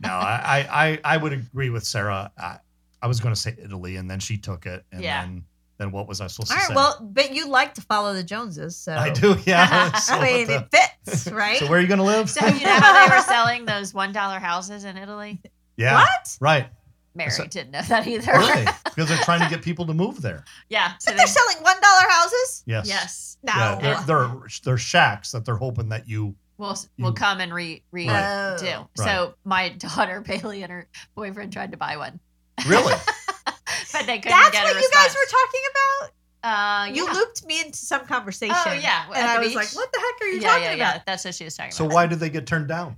S3: No, I I I, I would agree with Sarah. I, I was going to say Italy, and then she took it, and
S2: Yeah.
S3: then then what was I supposed
S1: All
S3: to
S1: right,
S3: say?
S1: well, but you like to follow the Joneses, so
S3: I do. Yeah.
S1: (laughs) I
S3: what
S1: mean,
S3: the-
S1: it fits, (laughs) right?
S3: (laughs) So where are you going to live?
S2: so you know how they were selling those one dollar houses in
S1: (laughs)
S2: Italy?
S3: (laughs) yeah.
S1: What? (laughs)
S3: Right.
S2: Mary
S3: So-
S2: didn't know that either.
S3: Really? Because they're trying to get people to move there.
S2: (laughs) yeah. So
S1: But they're
S2: they-
S1: selling one dollar houses?
S3: Yes.
S2: yes.
S1: No.
S3: Yeah, they're, they're they're shacks that they're hoping that you.
S2: We'll we'll
S3: You-
S2: come and re re
S1: Right.
S2: do.
S1: Oh.
S2: So my (laughs) daughter Bailey and her boyfriend tried to buy one,
S1: (laughs)
S3: Really?
S2: but they couldn't
S1: That's
S2: get
S1: what
S2: a
S1: you guys
S2: response.
S1: were talking about.
S2: Uh,
S1: You
S2: yeah.
S1: looped me into some conversation.
S2: Oh yeah.
S1: and
S2: at
S1: I
S2: the
S1: was
S2: beach.
S1: like, "What the heck are you
S2: yeah,
S1: talking
S2: yeah,
S1: about?"
S2: yeah. That's what she was talking
S3: So
S2: about.
S3: why did they get turned down?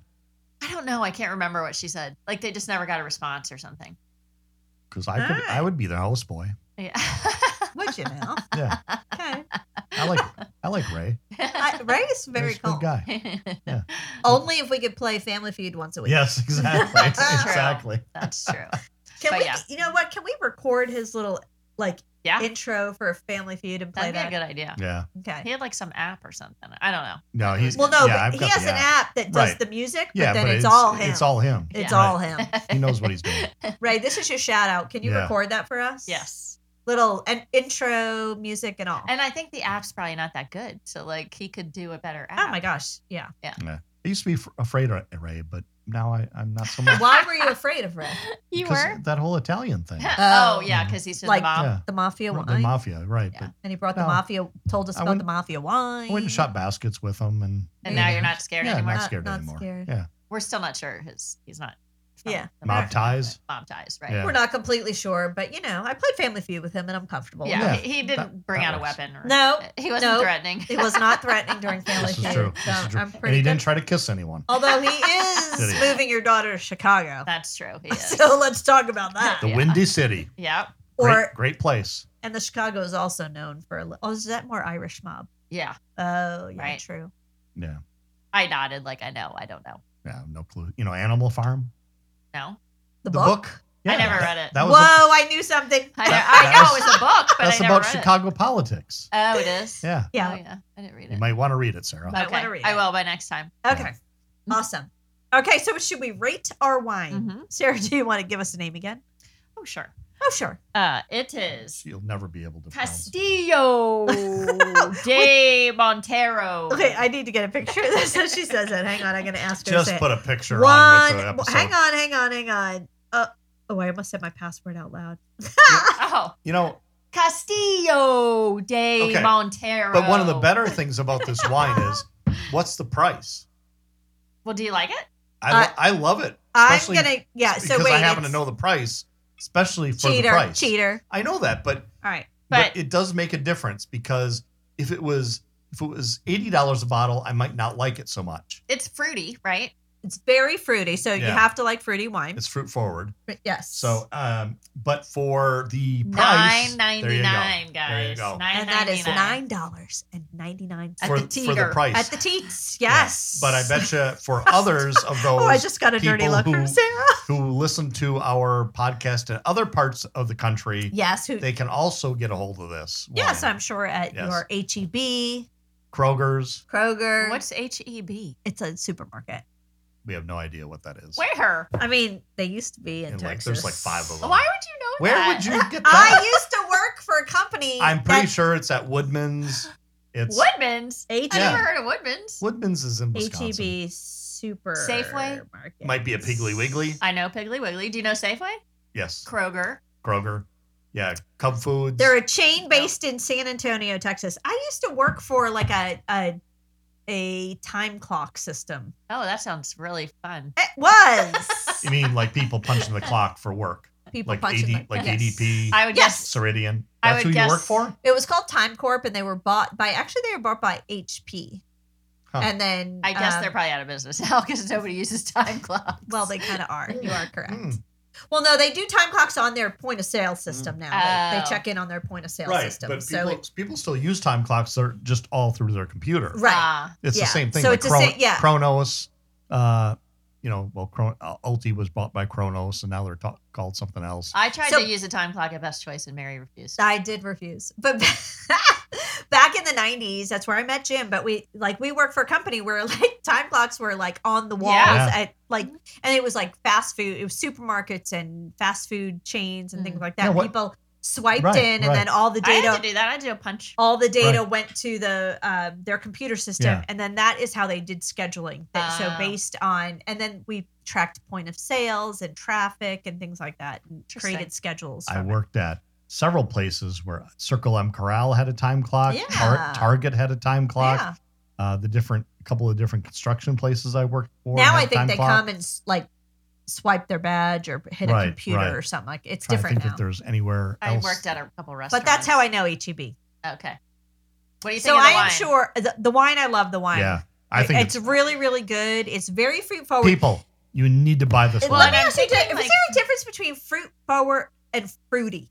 S2: I don't know. I can't remember what she said. Like they just never got a response or something.
S3: Because I could
S1: Ah.
S3: I would be the houseboy.
S2: Yeah. (laughs)
S1: Would you now?
S3: (laughs) Yeah.
S1: Okay,
S3: I like I like Ray.
S1: I, Ray is (laughs) very
S3: He's a
S1: cool.
S3: Good guy. Yeah.
S1: Only if we could play Family Feud once a week. (laughs)
S3: Yes, exactly.
S2: That's true.
S3: exactly.
S2: That's
S3: (laughs)
S2: true.
S1: Can
S2: But
S1: we?
S2: yeah.
S1: You know what? Can we record his little like
S2: Yeah.
S1: intro for Family Feud and play
S2: That'd be a
S1: that?
S2: good idea.
S3: Yeah.
S2: He
S1: Okay.
S2: had like some app or something. I don't know.
S3: No, he's
S1: Well, no,
S3: Yeah, I've
S1: but he
S3: got
S1: has
S3: the
S1: an
S3: app.
S1: app that does
S3: Right.
S1: the music, but
S3: Yeah,
S1: then
S3: but
S1: it's, all him.
S3: It's all him.
S1: It's
S2: Yeah.
S1: all
S2: (laughs)
S1: him.
S3: He knows what he's doing.
S1: Ray, this is your shout out. Can you
S3: Yeah.
S1: record that for us?
S2: Yes.
S1: Little and intro music and all.
S2: And I think the app's probably not that good. So like he could do a better app.
S1: oh my gosh.
S3: (laughs)
S1: Yeah.
S3: I used to be f- afraid of Ray, but now I, I'm
S1: (laughs)
S3: not so much.
S1: Why were you afraid of
S3: (laughs)
S1: Ray?
S2: You
S3: Because
S2: were?
S3: that whole Italian
S1: (laughs)
S3: thing.
S2: (laughs) oh
S1: Oh.
S2: yeah, because he's in
S1: Like-
S2: the mom.
S3: yeah,
S1: The mafia
S3: the
S1: wine.
S3: mafia, right?
S2: Yeah.
S3: But
S1: and he brought the
S3: No.
S1: mafia, told us
S3: I
S1: about
S3: wouldn't-
S1: the mafia wine.
S3: I went and shot baskets with them, and
S2: And now
S1: Yeah.
S2: you're not scared
S3: yeah,
S2: anymore.
S3: not
S1: Not-
S3: scared
S1: not
S3: anymore.
S1: scared.
S3: Yeah,
S2: We're still not sure his he's not from
S1: Yeah.
S2: the
S3: Mob
S2: American
S3: ties?
S2: movement. Mob ties, right.
S3: Yeah.
S1: We're not completely sure, but you know, I played Family Feud with him and I'm comfortable.
S2: Yeah,
S1: with
S3: Yeah,
S2: he, he didn't
S3: that-
S2: bring
S3: that
S2: out
S3: works.
S2: a weapon. Or,
S1: No,
S2: (laughs) he wasn't
S1: no.
S2: threatening.
S1: it. It was not threatening during Family
S3: this is
S1: Feud.
S3: true.
S1: So
S3: This is true.
S1: I'm
S3: And
S1: pretty
S3: he didn't
S1: good.
S3: try to kiss anyone.
S1: Although
S3: (laughs)
S1: he is
S3: Did he?
S1: moving your daughter to Chicago.
S2: That's true.
S1: (laughs)
S2: He is.
S1: So let's talk about that.
S3: The
S2: yeah.
S3: Windy City,
S2: yep.
S3: great,
S1: Or
S3: great place.
S1: and the Chicago is also known for a li- oh, is that more Irish mob?
S2: Yeah.
S1: Oh, yeah,
S2: Right.
S1: true.
S3: Yeah,
S2: I nodded like I know. I don't know.
S3: yeah, no clue. You know, Animal Farm.
S2: No.
S1: The,
S3: The
S1: book.
S3: Yeah,
S2: I never
S3: that-
S2: read it.
S3: That was
S1: Whoa,
S3: a-
S1: I knew something.
S2: I,
S3: That-
S2: I
S3: that
S2: know
S3: was-
S2: it was a book, but
S3: that's
S2: I never
S3: about
S2: read
S3: Chicago politics.
S2: It. Oh, it is.
S3: Yeah,
S1: (laughs) Yeah.
S2: Oh, yeah. I didn't read
S3: you
S2: it.
S3: might want to read it, Sarah.
S2: okay.
S1: I wanna read
S2: I
S1: it.
S2: will by next time.
S1: Okay.
S2: Mm-hmm.
S1: Awesome. Okay, so should we rate our wine?
S2: Mhm.
S1: Sarah, do you want to give us a name again?
S2: Oh, sure.
S1: Oh, sure.
S2: Uh, it is
S3: You'll never be able to. pronounce
S1: (laughs)
S3: it.
S2: Castillo de Montero.
S1: Okay, I need to get a picture of this. (laughs) So she says it. Hang on, I'm gonna ask her. to say
S3: Just
S1: it.
S3: put a picture
S1: One.
S3: on with the episode.
S1: hang on, hang on, hang on. Uh, oh, I almost said my password out loud.
S2: (laughs) Oh,
S3: You know,
S2: Castillo de
S3: Okay.
S2: Montero.
S3: but one of the better things about this wine is, what's the price?
S2: Well, do you like it?
S3: I,
S1: Uh,
S3: I love it.
S1: I'm
S3: Especially
S1: gonna yeah. So
S3: because
S1: wait,
S3: I happen to
S1: it's
S3: know the price, especially for
S1: cheater,
S3: the price.
S1: cheater.
S3: I know that, but,
S1: All right,
S2: But-
S3: but it does make a difference because if it was if it was eighty dollars a bottle, I might not like it so much.
S2: It's fruity, right?
S1: it's very fruity, so you
S3: Yeah.
S1: have to like fruity wine.
S3: It's fruit forward.
S1: But yes.
S3: So, um, but for the price,
S2: Nine
S3: there
S2: ninety
S3: you go.
S2: nine, guys.
S3: There you go.
S1: and that is
S2: $9.99.
S1: nine dollars and ninety nine cents
S2: At
S3: for,
S2: the
S3: for
S2: teeter.
S3: the price.
S1: at the teats.
S3: Yeah.
S1: Yes,
S3: But I bet you
S2: (laughs)
S3: for others of
S1: (laughs)
S3: those
S1: Oh, I just got a dirty
S3: people
S1: look from
S3: who- (laughs)
S1: Sarah.
S3: who listen to our podcast in other parts of the country,
S1: Yes, who?
S3: they can also get a hold of this.
S1: yes,
S3: wine.
S1: I'm sure at
S3: Yes.
S1: your H E B,
S3: Kroger's.
S1: Kroger.
S2: What's H E B?
S1: it's a supermarket.
S3: We have no idea what that is.
S2: Where?
S1: I mean, they used to be in
S3: And, like,
S1: Texas.
S3: there's, like, five of them.
S2: Why would you know
S3: Where
S2: that?
S3: would you get
S1: I
S3: (laughs) that?
S1: used to work for a company.
S3: I'm pretty
S1: that-
S3: sure it's at Woodman's. It's
S2: Woodman's.
S1: H E
S2: I
S3: Yeah.
S2: never heard of Woodman's.
S3: Woodman's is in Wisconsin.
S1: HEB E super
S2: Safeway?
S1: market.
S3: Might be a Piggly Wiggly.
S2: I know Piggly Wiggly. Do you know Safeway?
S3: Yes,
S2: Kroger.
S3: Kroger. Yeah, Cub Foods.
S1: They're a chain based in San Antonio, Texas. I used to work for like a a a time clock system.
S2: Oh, that sounds really fun.
S1: It was (laughs)
S3: you mean like people punching the clock for work,
S1: people
S3: like
S1: punching
S3: AD,
S1: the-
S3: like
S1: Yes.
S3: ADP,
S2: I would
S1: Yes.
S3: Ceridian.
S2: I
S3: That's
S2: would
S3: who
S2: guess-
S3: you work for.
S1: It was called Time Corp, and they were bought by actually they were bought by HP,
S3: Huh.
S1: and then
S2: guess. I guess
S1: um,
S2: (laughs) they're probably out of business now because nobody uses time clocks.
S1: well they kind of are. You are correct.
S3: Mm.
S1: Well, no, they do time clocks on their point of sale system now. They- They,
S2: Oh.
S1: check in on their point of sale
S3: Hmm. right,
S1: system.
S3: but
S1: so
S3: people,
S1: it,
S3: people still use time clocks. They're just all through their computer.
S1: right.
S2: Ah,
S3: It's
S1: yeah.
S3: the same thing.
S1: So
S3: with
S1: it's the
S3: Chron-
S1: same- yeah.
S3: Chronos. Uh, you know, well, Chron- uh, Ulti was bought by Chronos, and now they're ta- called something else.
S2: I tried
S1: So-
S2: to use a time clock at Best Choice and Mary refused.
S1: I did refuse. But (laughs) back in the 90s, that's where I met Jim. But we like we worked for a company where (laughs) like time clocks were like on the walls
S2: Yeah.
S1: at like and it was like fast food, it was supermarkets and fast food chains and things like that.
S3: Yeah, what-
S1: People swiped
S3: Right,
S1: in and
S3: right.
S1: then all the
S2: Hmm.
S1: Oh,
S2: I had
S1: data
S2: to do that. I had to do a punch.
S1: all the data went to the uh, their computer system
S3: Yeah.
S1: and then that is how they did scheduling That- so
S2: Ah.
S1: based on and then we tracked point of sales and traffic and things like that and
S2: Interesting.
S1: created schedules
S3: I
S1: from it.
S3: worked at several places where Circle M Corral had a time clock,
S1: Yeah.
S3: Tar- Target had a time clock,
S1: yeah.
S3: uh, the different a couple of different construction places I worked for.
S1: now
S3: had
S1: i think
S3: time
S1: they
S3: clock.
S1: come and s- like swipe their badge or hit
S3: Right,
S1: a computer
S3: right.
S1: or something like it's
S3: Trying to
S1: different
S3: think
S1: now
S3: if there's anywhere
S2: I
S3: else.
S2: worked at a couple restaurants.
S1: but that's how i know heb
S2: I. Okay. What do you think?
S1: so
S2: of
S1: i
S2: the
S1: am
S2: wine?
S1: sure the, the wine i love the wine
S3: Yeah, I think
S1: it's,
S3: it's,
S1: really really good it's very fruit forward
S3: people. You need to buy this
S1: Let
S2: Well,
S3: wine.
S1: me
S2: and I'm
S1: ask you,
S2: thinking,
S1: Dave, is
S2: like-
S1: there a difference between fruit forward and fruity?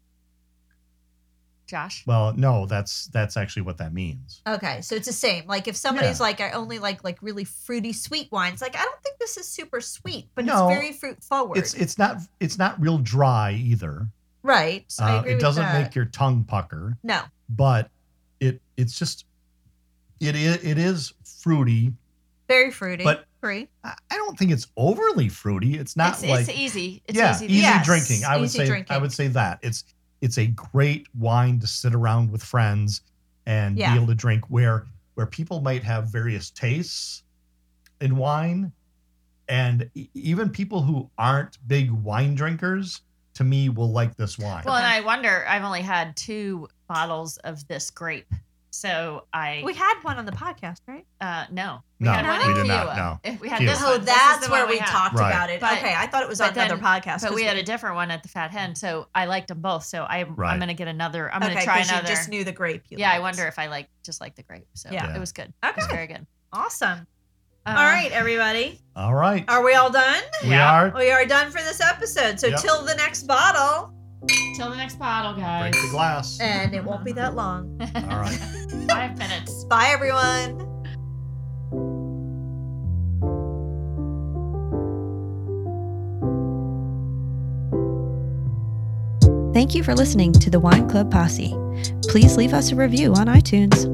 S2: Josh.
S3: Well, no, that's that's actually what that means.
S1: Okay, so it's the same. Like if somebody's like, I only like like really fruity sweet wines. Like I don't think this is super sweet, but
S3: No,
S1: it's very fruit forward.
S3: It's it's not it's not real dry either.
S1: right. so I
S3: Uh,
S1: agree
S3: it
S1: with
S3: doesn't
S1: that.
S3: make your tongue pucker,
S1: no.
S3: but it it's just it is it is fruity.
S1: Very fruity.
S3: But-
S1: Free.
S3: I I don't think it's overly fruity. It's not
S2: it's,
S3: like
S2: it's easy. It's
S3: yeah,
S2: easy.
S3: easy
S1: Yes,
S3: drinking. I would
S1: easy
S3: say
S1: drinking.
S3: I would say that it's it's a great wine to sit around with friends and
S1: Yeah.
S3: be able to drink where where people might have various tastes in wine, and e- even people who aren't big wine drinkers to me will like this wine.
S2: Well, and
S1: Okay.
S2: I wonder. I've only had two bottles of this grape, so I
S1: We had one on the podcast, right?
S2: uh, no.
S3: No,
S2: had one
S1: we
S2: in
S3: did not,
S2: Kiowa.
S3: no.
S2: If we had
S3: Kiowa.
S2: this
S3: Oh,
S2: one.
S1: Oh,
S2: This is
S1: that's
S2: the
S1: where
S2: one
S1: we talked
S3: Right.
S1: about it.
S2: But-
S1: okay, I thought it was
S2: but
S1: on another
S2: then-
S1: podcast.
S2: But
S1: 'cause
S2: we had a different one at the Fat Hen, so I liked them both. So I,
S3: Right.
S2: I'm going to get another. I'm going
S1: okay,
S2: to try
S1: 'cause
S2: another.
S1: You just knew the grape. You
S2: yeah, I
S1: liked.
S2: wonder if I like just like the grape. So
S1: Yeah.
S2: it was good. It was
S1: Okay,
S2: very good.
S1: awesome.
S2: Um,
S1: all right, everybody,
S3: all right,
S1: are we all done?
S3: we
S2: yeah.
S3: are
S1: We are done for this episode. So
S3: Yep.
S1: till the next bottle,
S2: Um, Till the next bottle, guys.
S3: break the glass.
S1: and it won't be that long.
S3: All right.
S2: (laughs) Five minutes.
S1: Bye, everyone.
S4: Thank you for listening to the Wine Club Posse. Please leave us a review on iTunes.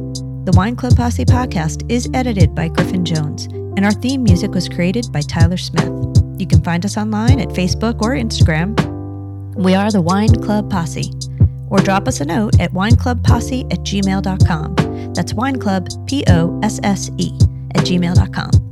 S4: The Wine Club Posse podcast is edited by Griffin Jones, and our theme music was created by Tyler Smith. You can find us online at Facebook or Instagram. We are the Wine Club Posse. Or drop us a note at wineclubposse at gmail.com. That's Wine Club, P O S S E, at gmail.com.